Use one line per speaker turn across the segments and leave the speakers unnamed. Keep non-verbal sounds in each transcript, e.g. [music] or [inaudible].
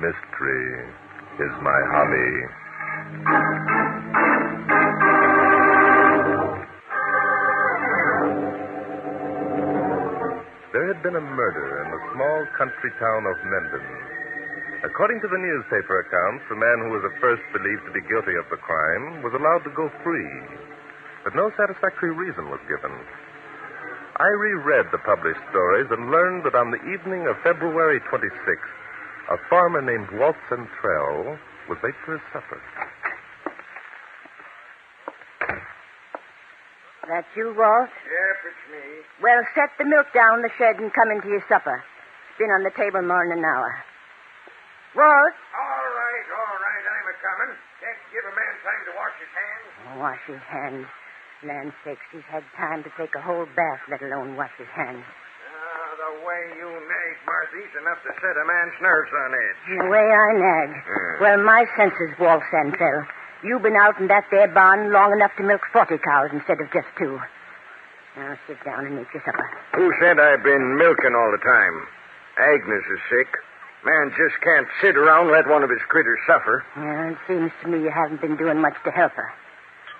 Mystery is my hobby. There had been a murder in the small country town of Mendon. According to the newspaper accounts, the man who was at first believed to be guilty of the crime was allowed to go free, but no satisfactory reason was given. I reread the published stories and learned that on the evening of February 26th, a farmer named Walt Centrell was late for his supper.
That you, Walt?
Yep, it's me.
Well, set the milk down in the shed and come into your supper. It's been on the table more'n an hour. Walt?
All right, all right, I'm a coming. Can't you give a man time to wash his hands?
Oh, wash his hands. Land sakes, he's had time to take a whole bath, let alone wash his hands.
Ah, the way you nag, Marthy's enough to set a man's nerves on edge.
The way I nag.
Hmm.
Well, my senses, Walt Santrell. You've been out in that there barn long enough to milk 40 cows instead of just two. Now sit down and eat your supper.
Who said I've been milking all the time? Agnes is sick. Man just can't sit around and let one of his critters suffer.
Well, it seems to me you haven't been doing much to help her.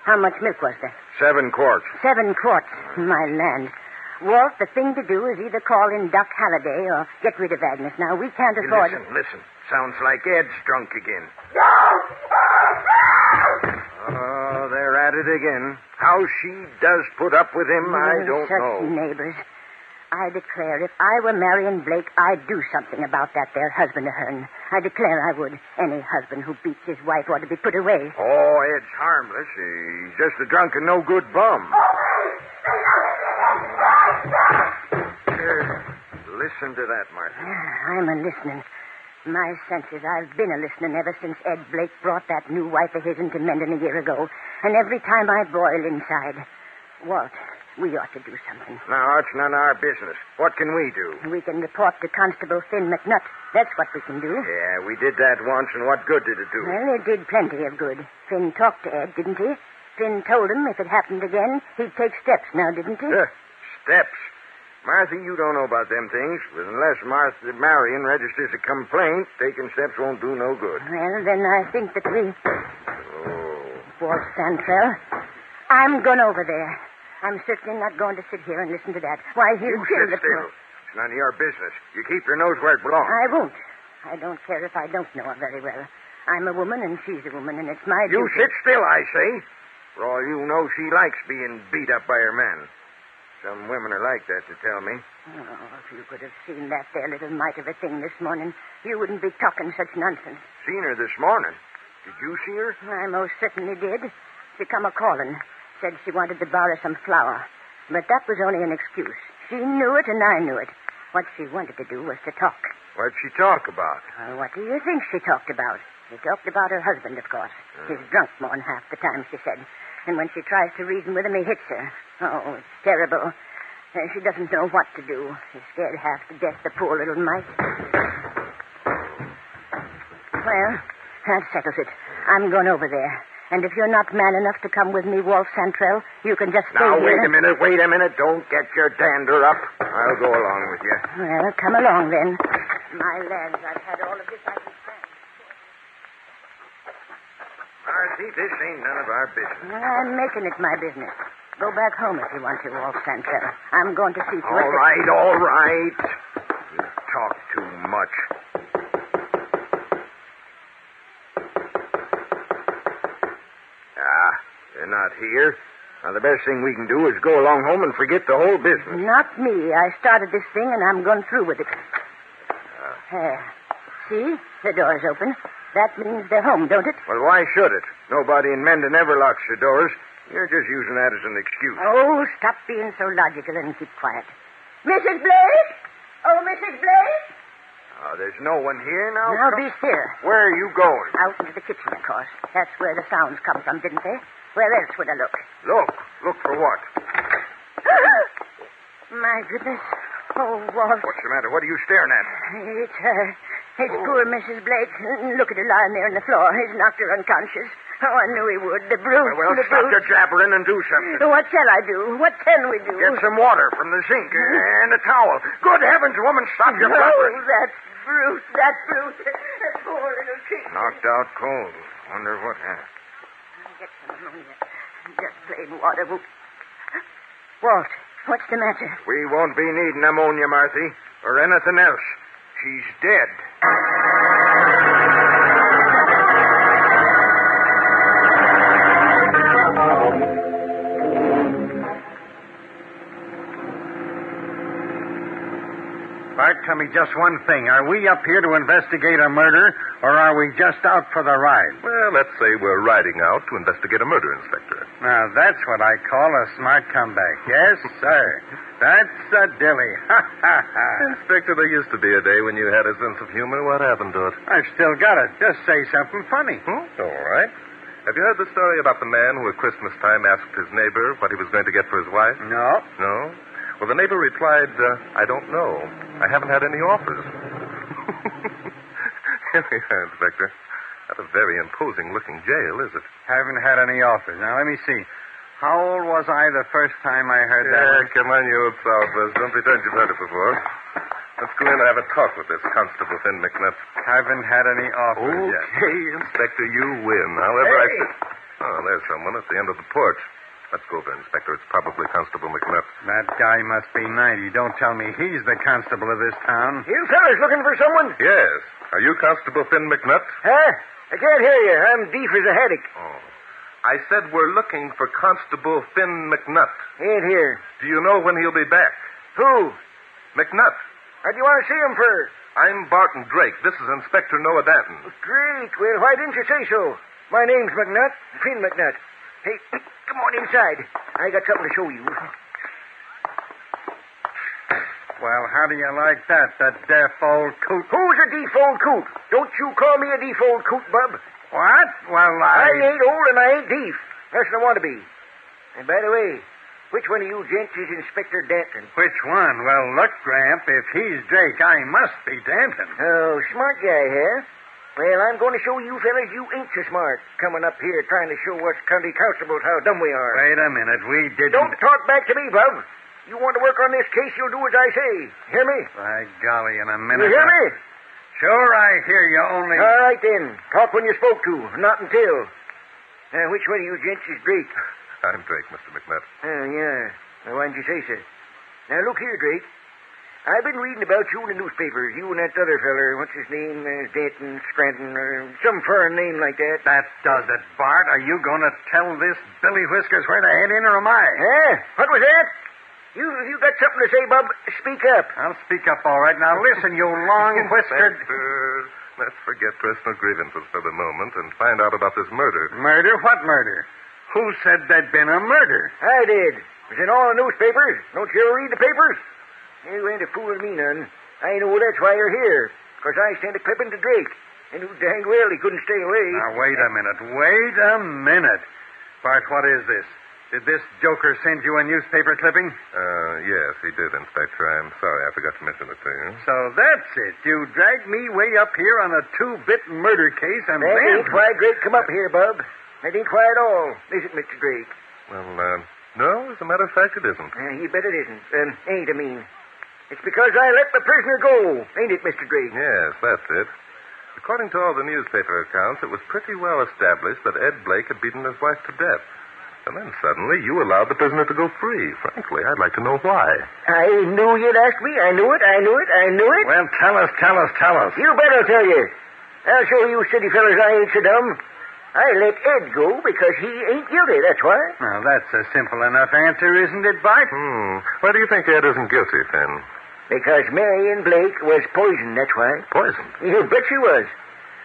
How much milk was there?
Seven quarts.
Seven quarts. My land. Walt, the thing to do is either call in Doc Halliday or get rid of Agnes. Now, we can't afford...
Listen, listen. Sounds like Ed's drunk again. Oh, they're at it again. How she does put up with him, I
Mm,
don't
such
know.
neighbors. I declare, if I were Marion Blake, I'd do something about that there husband of hern. I declare I would. Any husband who beats his wife ought to be put away. [sighs]
Oh, Ed's harmless. He's just a drunk and no good bum. Here, Uh, listen to that, Martha.
Ah, I'm a listening. My senses, I've been a listening ever since Ed Blake brought that new wife of his into Mendon a year ago. And every time I boil inside. Walt, we ought to do something.
Now, it's none of our business. What can we do?
We can report to Constable Finn McNutt. That's what we can do.
Yeah, we did that once, and what good did it do?
Well, it did plenty of good. Finn talked to Ed, didn't he? Finn told him if it happened again, he'd take steps now, didn't he?
Huh, steps. Martha, you don't know about them things. Unless Martha Marion registers a complaint, taking steps won't do no good.
Well, then I think that we.
Oh.
Walt Santrell, I'm going over there. I'm certainly not going to sit here and listen to that. Why, he'll
You
kill
sit
the
still.
poor.
It's none of your business. You keep your nose where it belongs.
I won't. I don't care if I don't know her very well. I'm a woman, and she's a woman, and it's my
You
duty.
sit still, I say. For all you know, she likes being beat up by her man. Some women are like that, to tell me.
Oh, if you could have seen that there little mite of a thing this morning, you wouldn't be talking such nonsense.
Seen her this morning. Did you see her?
I most certainly did. She come a calling. Said she wanted to borrow some flour. But that was only an excuse. She knew it and I knew it. What she wanted to do was to talk.
What'd she talk about?
Well, Uh, what do you think she talked about? She talked about her husband, of course.
Uh.
He's drunk more than half the time, she said. And when she tries to reason with him, he hits her. Oh, it's terrible. Uh, she doesn't know what to do. She's scared half to death, the poor little mite. Well, that settles it. I'm going over there. And if you're not man enough to come with me, Walt Santrell, you can just stay
Now,
here.
wait a minute, wait a minute. Don't get your dander up. I'll go along with you.
Well, come along then. My lads, I've had all of this I can stand.
Marcy, this ain't none of our business.
Well, I'm making it my business. Go back home if you want to, Walt Santrell. I'm going to see to
All
it. that-
right, all right. You talk too much. Ah, you're not here. Now, the best thing we can do is go along home and forget the whole business.
Not me. I started this thing, and I'm going through with it.
Uh.
There. See? The door's open. That means they're home, don't it?
Well, why should it? Nobody in Mendon ever locks their doors. You're just using that as an excuse.
Oh, stop being so logical and keep quiet. Mrs. Blake? Oh,
Mrs. Blake?
Ah,
Uh, there's no one here
Oh,
now.
Now
Come-
be still.
Where are you going?
Out into the kitchen, of course. That's where the sounds come from, didn't they? Where else would I look?
Look. [gasps] Look for what?
My goodness. Oh, Walt.
What's the matter? What are you staring at?
It's her. It's poor Mrs. Blake. Look at her lying there on the floor. He's knocked her unconscious. Oh, I knew he would. The brute.
Well,
the
stop your
brute.
jabbering and do something.
What shall I do? What can we do?
Get some water from the sink and a towel. Good heavens, woman, stop your
oh,
jabbering.
that brute. That brute. That poor little creature.
Knocked out cold. Wonder what happened.
I'll get some ammonia. Just plain water. won't- Walt, what's the matter?
We won't be needing ammonia, Marthy, or anything else. She's dead.
Bart, tell me just one thing. Are we up here to investigate a murder, or are we just out for the ride?
Well, let's say we're riding out to investigate a murder, Inspector.
Now, that's what I call a smart comeback. Yes, sir. That's a dilly. [laughs] Ha, ha, ha.
Inspector, there used to be a day when you had a sense of humor. What happened to it?
I've still got it. Just say something funny.
Hmm? All right. Have you heard the story about the man who at Christmas time asked his neighbor what he was going to get for his wife?
No.
No? Well, the neighbor replied, uh, I don't know. I haven't had any offers. [laughs] Here we are, Inspector. Not a very imposing looking jail, is it?
Haven't had any offers. Now, let me see. How old was I the first time I heard
Yeah,
that?
come on, you old sourpuss. Don't pretend you've heard it before. Let's go in and have a talk with this constable, Finn McNutt.
Haven't had any offers yet.
Inspector, you win. However, I.
Hey.
Oh, there's someone at the end of the porch. Let's go over, Inspector. It's probably Constable McNutt.
That guy must be 90. Don't tell me he's the constable of this town.
You fellas looking for someone?
Yes. Are you Constable Finn McNutt?
Huh? I can't hear you. I'm deaf as a haddock.
Oh. I said we're looking for Constable Finn McNutt.
Ain't here.
Do you know when he'll be back?
Who?
McNutt.
What do you want to see him for?
I'm Barton Drake. This is Inspector Noah Danton.
Great. Well, why didn't you say so? My name's McNutt, Finn McNutt. Hey, [clears throat] come on inside. I got something to show you.
Well, how do you like that, that deaf old coot?
Who's a deaf old coot? Don't you call me a deaf old coot, bub.
What? Well,
I
I...
ain't old and I ain't deaf. That's what I want to be. And by the way, which one of you gents is Inspector Danton?
Which one? Well, look, Gramp, if he's Drake, I must be Danton.
Oh, smart guy, huh? Well, I'm going to show you fellas you ain't so smart coming up here trying to show us county constables how dumb we are.
Wait a minute, we didn't...
Don't talk back to me, Bub. You want to work on this case, you'll do as I say. Hear me?
By golly, in a
You
minute...
hear me?
Sure, I hear you, only...
All right, then. Talk when you spoke to, not until. Now, which one of you gents is Drake?
[laughs] I'm Drake, Mr. McNutt.
Uh,
Oh, yeah. Now, why didn't you say so? Now, look here, Drake. I've been reading about you in the newspapers. You and that other feller, what's his name? Uh, Danton, Scranton, or some foreign name like that.
That does it, Bart. Are you going to tell this Billy Whiskers where to head in, or am I?
Huh? What was that? You, you got something to say, Bub? Speak up.
I'll speak up all right. Now, listen, you [laughs] long-whiskered...
Inspector, let's forget personal grievances for the moment and find out about this murder.
Murder? What murder? Who said there'd been a murder?
I did. It was in all the newspapers. Don't you ever read the papers? You ain't a fool of me none. I know that's why you're here. 'Cause I sent a clipping to Drake. And who dang well he couldn't stay away.
Now, wait a minute. Wait a minute. Bart, what is this? Did this joker send you a newspaper clipping?
Uh, yes, he did, Inspector. I'm sorry. I forgot to mention it to you.
So that's it. You dragged me way up here on a two-bit murder case, and
that
then...
ain't why Drake come up here, Bub. That ain't why at all, is it, Mr. Drake?
Well, uh, no, as a matter of fact, it isn't.
Uh, you bet it isn't. Um, ain't, I mean. It's because I let the prisoner go, ain't it, Mr. Drake?
Yes, that's it. According to all the newspaper accounts, it was pretty well established that Ed Blake had beaten his wife to death. And then suddenly you allowed the prisoner to go free. Frankly, I'd like to know why.
I knew you'd ask me. I knew it. I knew it. I knew it.
Well, tell us, tell us, tell us.
You better tell you. I'll show you city fellas I ain't so dumb. I let Ed go because he ain't guilty, that's why.
Now, that's a simple enough answer, isn't it, Bart?
Hmm. Why do you think Ed isn't guilty, Finn?
Because Marion Blake was poisoned, that's why.
Poisoned.
You bet she was.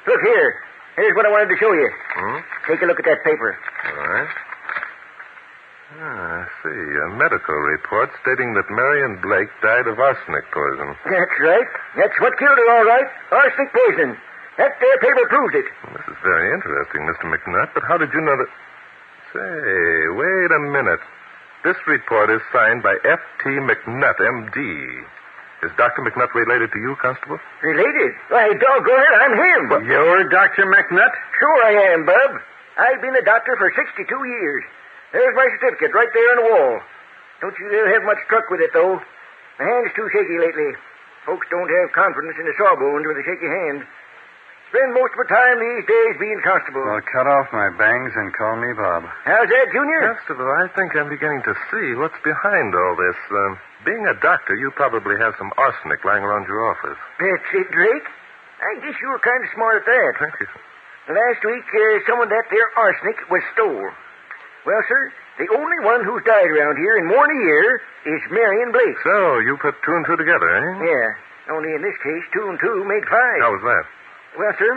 Look here. Here's what I wanted to show you.
Hmm?
Take a look at that paper.
All right. Ah, I see. A medical report stating that Marion Blake died of arsenic poison.
That's right. That's what killed her, all right. Arsenic poison. That there paper proves it.
This is very interesting, Mr. McNutt, but how did you know that? Say, wait a minute. This report is signed by F.T. McNutt, M.D. Is Dr. McNutt related to you, Constable?
Related? Why, doggone it, I'm him.
You're Dr. McNutt?
Sure I am, Bub. I've been a doctor for 62 years. There's my certificate right there on the wall. Don't you dare have much truck with it, though. My hand's too shaky lately. Folks don't have confidence in the sawbones with a shaky hand. Spend most of my time these days being constable.
Well, cut off my bangs and call me Bob.
How's that, Junior?
Constable, I think I'm beginning to see what's behind all this. Um, being a doctor, you probably have some arsenic lying around your office.
That's it, Drake. I guess you were kind of smart at that.
Thank you.
Last week, uh, some of that there arsenic was stole. Well, sir, the only one who's died around here in more than a year is Marion Blake.
So, you put two and two together, eh?
Yeah, only in this case, two and two make five.
How was that?
Well, sir,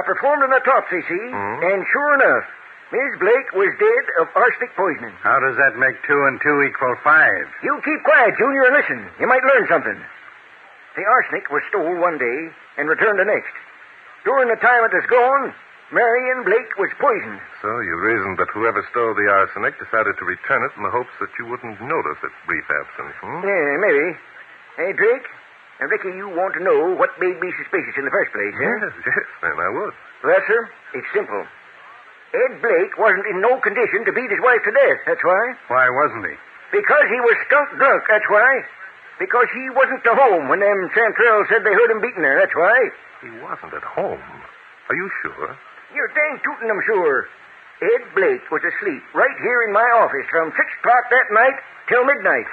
I performed an autopsy, see,
Mhm.
and sure enough, Miss Blake was dead of arsenic poisoning.
How does that make two and two equal five?
You keep quiet, Junior, and listen. You might learn something. The arsenic was stole one day and returned the next. During the time it was gone, Marion Blake was poisoned.
So, you reasoned that whoever stole the arsenic decided to return it in the hopes that you wouldn't notice its brief absence, hmm?
Yeah, maybe. Hey, Drake, I reckon you want to know what made me suspicious in the first place, huh?
Yes, yes, then I would.
Well, sir, it's simple. Ed Blake wasn't in no condition to beat his wife to death, that's why.
Why wasn't he?
Because he was skunk drunk, that's why. Because he wasn't to home when them Chantrells said they heard him beating her, that's why.
He wasn't at home. Are you sure?
You're dang tootin', I'm sure. Ed Blake was asleep right here in my office from six o'clock that night till midnight.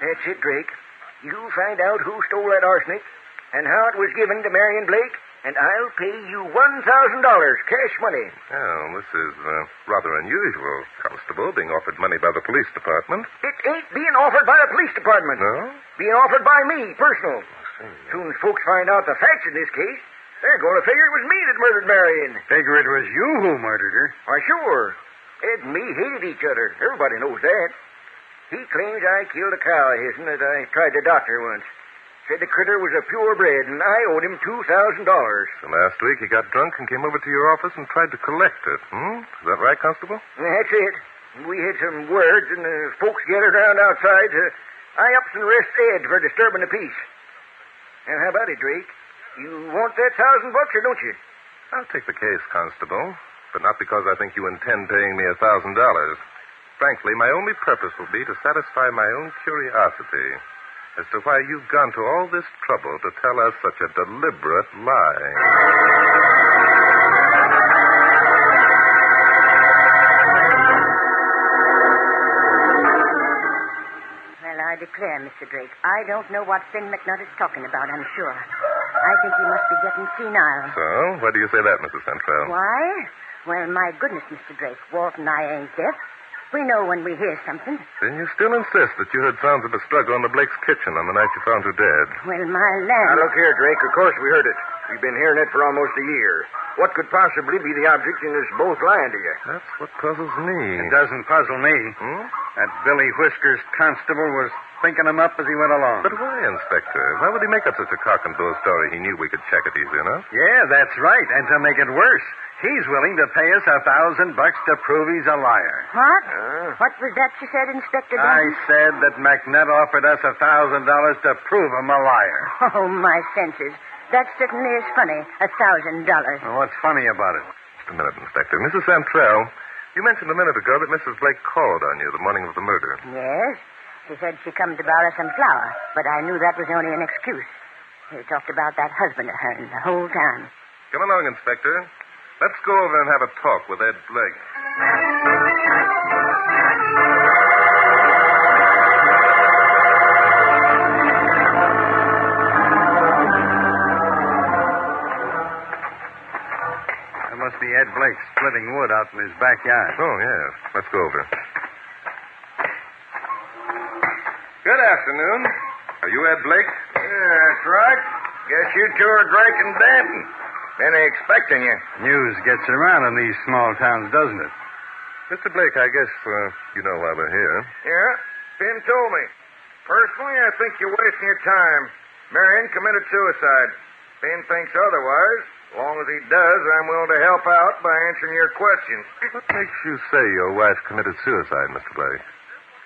That's it, Drake. You find out who stole that arsenic and how it was given to Marion Blake, and I'll pay you one thousand dollars cash money.
Well, this is uh, rather unusual, Constable, being offered money by the police department.
It ain't being offered by the police department.
No?
Being offered by me, personal. Soon as folks find out the facts in this case, they're going to figure it was me that murdered Marion.
Figure it was you who murdered her.
Why, sure. Ed and me hated each other. Everybody knows that. He claims I killed a cow of his'n that I tried to doctor once. Said the critter was a purebred, and I owed him $2,000.
So last week he got drunk and came over to your office and tried to collect it, hmm? Is that right, Constable?
That's it. We had some words, and the folks gathered around outside. Uh, I ups and arrests Ed for disturbing the peace. Now, how about it, Drake? You want that thousand bucks, or don't you?
I'll take the case, Constable, but not because I think you intend paying me a thousand dollars. Frankly, my only purpose will be to satisfy my own curiosity as to why you've gone to all this trouble to tell us such a deliberate lie.
Well, I declare, Mr. Drake, I don't know what Finn McNutt is talking about, I'm sure. I think he must be getting senile.
So, why do you say that, Mrs. Central?
Why? Well, my goodness, Mr. Drake, Walt and I ain't deaf. We know when we hear something.
Then you still insist that you heard sounds of a struggle in the Blake's kitchen on the night you found her dead.
Well, my land.
Now, look here, Drake. Of course we heard it. We've been hearing it for almost a year. What could possibly be the object in us both lying to you?
That's what puzzles
It
me.
doesn't puzzle me.
Hmm?
That Billy Whiskers constable was thinking him up as he went along.
But why, Inspector? Why would he make up such a cock and bull story? He knew we could check it easy enough.
Yeah, that's right. And to make it worse, he's willing to pay us a thousand bucks to prove he's a liar.
What? what was that you said, Inspector
I
Gordon?
said that McNutt offered us a thousand dollars to prove him a liar.
[laughs] Oh, my senses. That certainly is funny. A thousand dollars.
Well, what's funny about it?
Just a minute, Inspector. Mrs. Santrell, you mentioned a minute ago that Mrs. Blake called on you the morning of the murder.
Yes. She said she come to borrow some flour, but I knew that was only an excuse. They talked about that husband of hers the whole time.
Come along, Inspector. Let's go over and have a talk with Ed Blake.
see Ed Blake splitting wood out in his backyard.
Oh, yes. Let's go over.
Good afternoon.
Are you Ed Blake?
Yeah, that's right. Guess you two are Drake and Danton. Been expecting you.
News gets around in these small towns, doesn't it?
Mr. Blake, I guess uh, you know why we're here.
Yeah, Finn told me. Personally, I think you're wasting your time. Marion committed suicide. Finn thinks otherwise. As long as he does, I'm willing to help out by answering your questions.
What makes you say your wife committed suicide, Mr. Blake?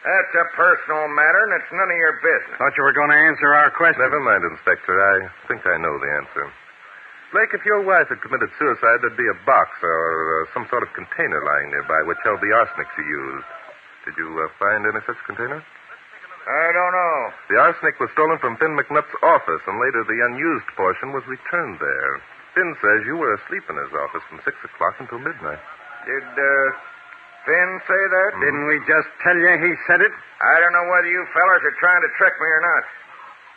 That's a personal matter, and it's none of your business.
Thought you were going to answer our question.
Never mind, Inspector. I think I know the answer. Blake, if your wife had committed suicide, there'd be a box or uh, some sort of container lying nearby which held the arsenic she used. Did you uh, find any such container?
I don't know.
The arsenic was stolen from Finn McNutt's office, and later the unused portion was returned there. Finn says you were asleep in his office from 6 o'clock until midnight.
Did uh, Finn say that?
Didn't we just tell you he said it?
I don't know whether you fellas are trying to trick me or not.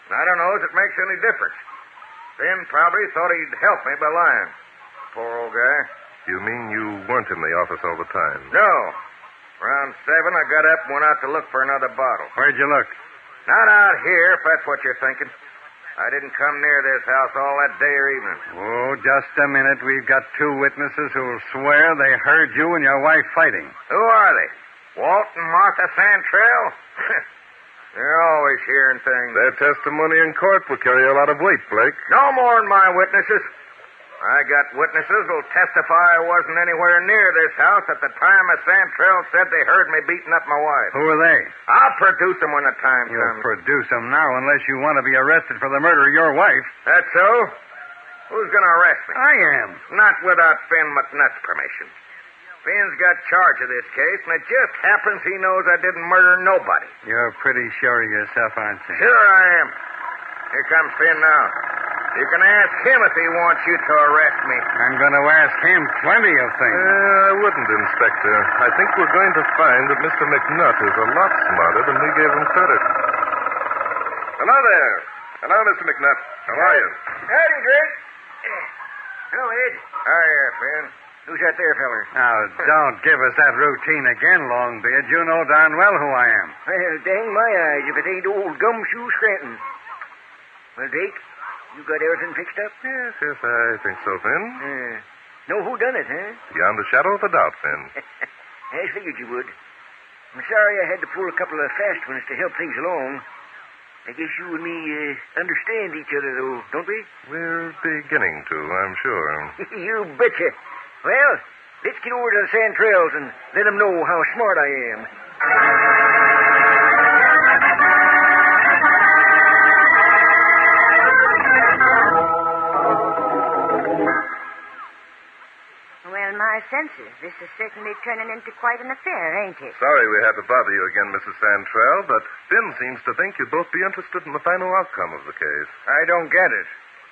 And I don't know if it makes any difference. Finn probably thought he'd help me by lying. Poor old guy.
You mean you weren't in the office all the time?
No. Around seven, I got up and went out to look for another bottle.
Where'd you look?
Not out here, if that's what you're thinking. I didn't come near this house all that day or evening.
Oh, just a minute. We've got two witnesses who'll swear they heard you and your wife fighting.
Who are they? Walt and Martha Santrell? [laughs] They're always hearing things.
Their testimony in court will carry a lot of weight, Blake.
No more than my witnesses. I got witnesses who'll testify I wasn't anywhere near this house at the time a Santrell said they heard me beating up my wife.
Who are they? Um,
I'll produce them when the time
You'll
comes.
produce them now unless you want to be arrested for the murder of your wife.
That's so? Who's going to arrest me?
I am.
Not without Finn McNutt's permission. Finn's got charge of this case, and it just happens he knows I didn't murder nobody.
You're pretty sure of yourself, aren't you?
Sure I am. Here comes Finn now. You can ask him if he wants you to arrest me.
I'm going to ask him plenty of things.
Uh, I wouldn't, Inspector. I think we're going to find that Mr. McNutt is a lot smarter than we gave him credit. Hello there. Hello, Mr. McNutt. How are you?
Howdy, Drake. Hello, Ed. Hiya, uh, Finn. Who's that there feller?
Now, don't give us that routine again, Longbeard. You know darn well who I am.
Well, dang my eyes if it ain't old Gumshoe Scranton. Well, Drake, you got everything fixed up?
Yes, yes, I think so, Finn.
Yeah. Know who done it, huh?
Beyond a shadow of a doubt, Finn.
I figured you would. I'm sorry I had to pull a couple of fast ones to help things along. I guess you and me uh, understand each other, though, don't we? [laughs]
We're beginning to, I'm sure.
you betcha. Well, let's get over to the Sand Trails and let them know how smart I am.
Well, my senses, this is certainly turning into quite an affair, ain't it?
Sorry we had to bother you again, Mrs. Santrell, but Finn seems to think you'd both be interested in the final outcome of the case.
I don't get it.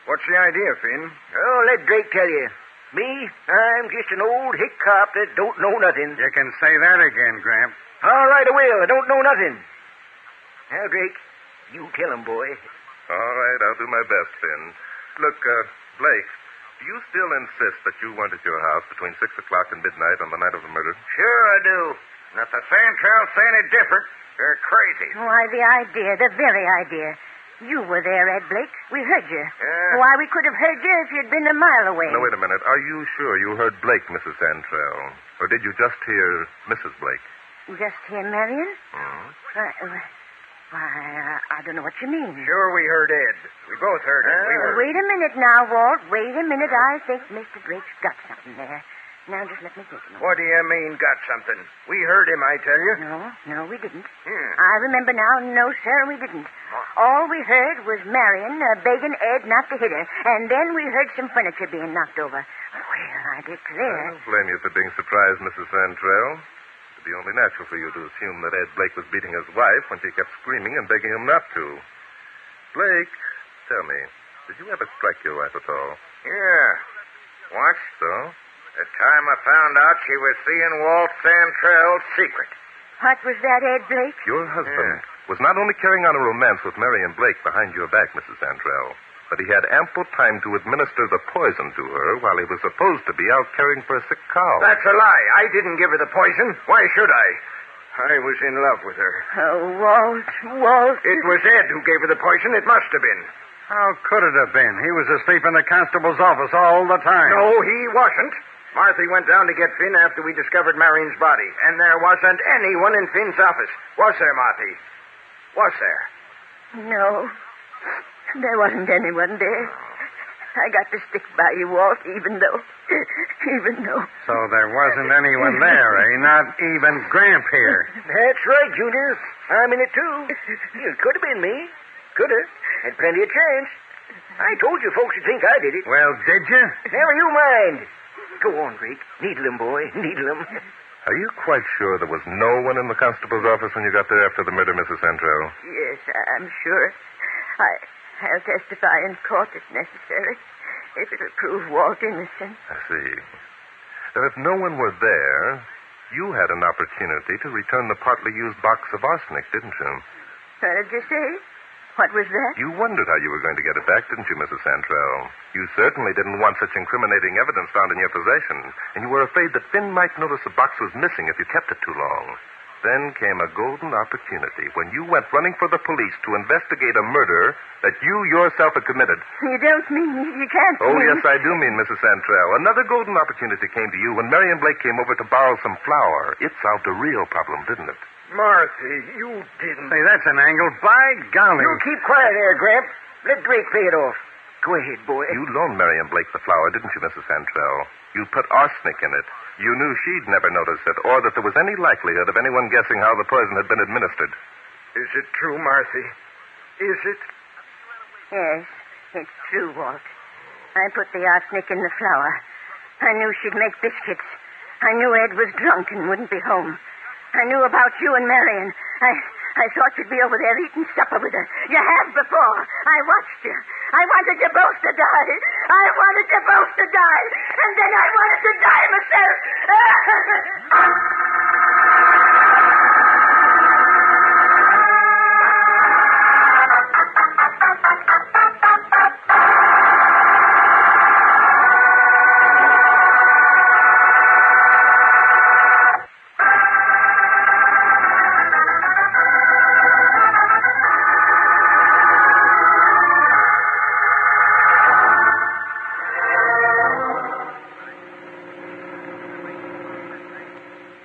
What's the idea, Finn? Oh, let Drake tell you. Me, I'm just an old hick cop that don't know nothing.
You can say that again, Gramp.
All right, I will. I don't know nothing. Now, Drake, you tell him, boy.
All right, I'll do my best, Finn. Look, uh, Blake, do you still insist that you weren't at your house between 6 o'clock and midnight on the night of the murder?
Sure, I do. And if the Sand Trails say any different, they're crazy.
Why, the idea, the very idea. You were there, Ed Blake. We heard you.
Yeah.
Why, we could have heard you if you'd been a mile away.
Now, wait a minute. Are you sure you heard Blake, Mrs. Santrell? Or did you just hear Mrs. Blake?
Just here, Marion?
Hmm?
Why, uh, why uh, I don't know what you mean.
Sure, we heard Ed. We both heard him. we
Well,
were.
wait a minute now, Walt. Wait a minute. I think Mr. Drake's got something there. Now, just let me think. a minute.
What do you mean, got something? We heard him, I tell you.
No, no, we didn't.
Hmm.
I remember now. No, sir, we didn't. All we heard was Marion uh, begging Ed not to hit her, and then we heard some furniture being knocked over. Well,
I
I [laughs] declare.
don't blame you for being surprised, Mrs. Santrell. It'd be only natural for you to assume that Ed Blake was beating his wife when she kept screaming and begging him not to. Blake, tell me, did you ever strike your wife at all?
Yeah. Once,
So?
the time I found out she was seeing Walt Santrell's secret.
What was that, Ed Blake?
Your husband was not only carrying on a romance with Marion Blake behind your back, Mrs. Santrell, that he had ample time to administer the poison to her while he was supposed to be out caring for a sick cow.
That's a lie. I didn't give her the poison. Why should I? I was in love with her.
Oh, Walt, Walt.
It was Ed who gave her the poison. It must have been.
How could it have been? He was asleep in the constable's office all the time.
No, he wasn't. Marthy went down to get Finn after we discovered Marine's body, and there wasn't anyone in Finn's office. Was there, Marthy? Was there?
No, there wasn't anyone there. I got to stick by you, Walt, even though, [laughs] even though.
So there wasn't anyone there, eh? Not even Gramp
[laughs]
here.
That's right, Junior. I'm in it, too. [laughs] It could have been me. Could have. Had plenty of chance. I told you folks would think I did it.
Well, did you?
Never you mind. Go on, Drake. Needle him, boy. [laughs] Needle him.
Are you quite sure there was no one in the constable's office when you got there after the murder, Mrs. Santrell?
Yes, I'm sure. I, I'll testify in court if necessary. If it'll prove Walt innocent.
I see. Now, if no one were there, you had an opportunity to return the partly used box of arsenic, didn't you?
What did you say? What was that?
You wondered how you were going to get it back, didn't you, Mrs. Santrell? You certainly didn't want such incriminating evidence found in your possession, and you were afraid that Finn might notice the box was missing if you kept it too long. Then came a golden opportunity when you went running for the police to investigate a murder that you yourself had committed.
You don't mean you can't.
Oh,
mean.
yes, I do mean, Mrs. Santrell. Another golden opportunity came to you when Marion Blake came over to borrow some flour. It solved a real problem, didn't it?
Marthy, you didn't.
Say, that's an angle. By golly.
You keep quiet there, Gramp. Let Drake pay it off. Go ahead, boy.
You loaned Marion Blake the flower, didn't you, Mrs. Santrell? You put arsenic in it. You knew she'd never notice it, or that there was any likelihood of anyone guessing how the poison had been administered.
Is it true, Marthy? Is it?
Yes, it's true, Walt. I put the arsenic in the flour. I knew she'd make biscuits. I knew Ed was drunk and wouldn't be home. I knew about you and Marion. I, I thought you'd be over there eating supper with her. You have before. I watched you. I wanted you both to die. I wanted you both to die. And then I wanted to die myself. [laughs]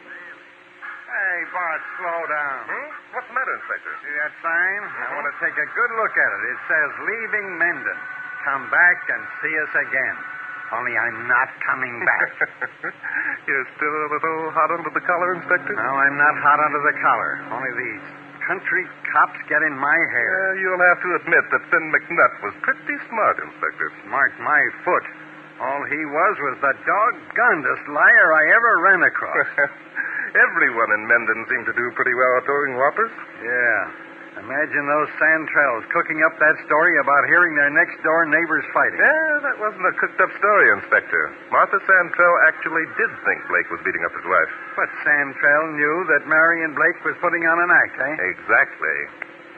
Hey, Bart, slow down.
Hmm? What's the matter, Inspector?
See that sign? I want to take a good look at it. It says, leaving Menden. Come back and see us again. Only I'm not coming back.
[laughs]
You're still a little hot under the collar, Inspector?
no, I'm not hot under the collar. Only these country cops get in my hair.
Yeah, you'll have to admit that Finn McNutt was pretty smart, Inspector. [laughs]
Mark my foot. All he was was the doggondest liar I ever ran across.
[laughs] Everyone in Menden seemed to do pretty well at throwing whoppers.
Yeah. Imagine those Santrells cooking up that story about hearing their next door neighbors fighting.
Yeah, that wasn't a cooked up story, Inspector. Martha Santrell actually did think Blake was beating up his wife.
But Santrell knew that Marion Blake was putting on an act, eh?
Exactly.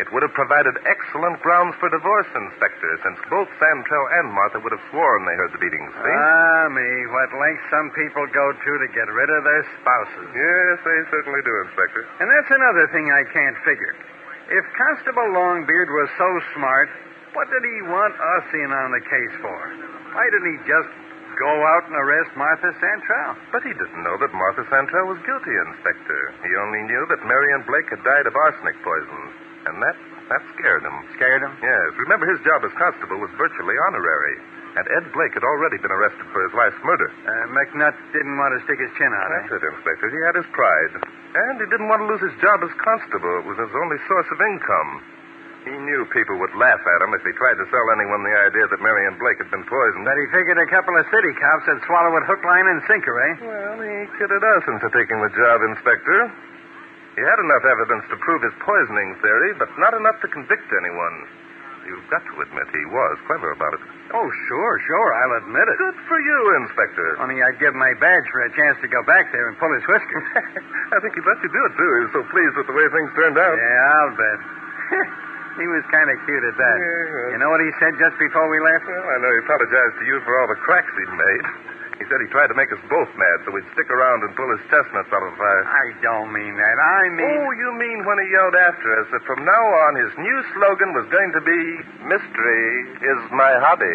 It would have provided excellent grounds for divorce, Inspector, since both Santrell and Martha would have sworn they heard the beatings. See?
Ah, me, what lengths some people go to to get rid of their spouses.
yes, they certainly do, Inspector.
And that's another thing I can't figure. If Constable Longbeard was so smart, what did he want us in on the case for? Why didn't he just go out and arrest Martha Santrell?
But he didn't know that Martha Santrell was guilty, Inspector. He only knew that Marion Blake had died of arsenic poison. And that, that scared him.
Scared him?
Yes, remember his job as constable was virtually honorary. And Ed Blake had already been arrested for his wife's murder.
Uh, McNutt didn't want to stick his chin out, eh?
That's it, Inspector. He had his pride. And he didn't want to lose his job as constable. It was his only source of income. He knew people would laugh at him if he tried to sell anyone the idea that Marion Blake had been poisoned.
But he figured a couple of city cops would swallow it hook, line, and sinker, eh?
Well, he kidded us into taking the job, Inspector. He had enough evidence to prove his poisoning theory, but not enough to convict anyone. You've got to admit he was clever about it.
Oh, sure, sure, I'll admit it.
Good for you, Inspector.
Only I'd give my badge for a chance to go back there and pull his
[laughs]
whiskers.
I think he'd let you do it, too. He was so pleased with the way things turned out.
yeah, I'll bet. [laughs] He was kind of cute at that.
Yeah.
You know what he said just before we left?
Well, I know he apologized to you for all the cracks he'd made. He said he tried to make us both mad so we'd stick around and pull his chestnuts out of the fire.
I don't mean that. I mean.
Oh, you mean when he yelled after us that from now on his new slogan was going to be Mystery is my hobby.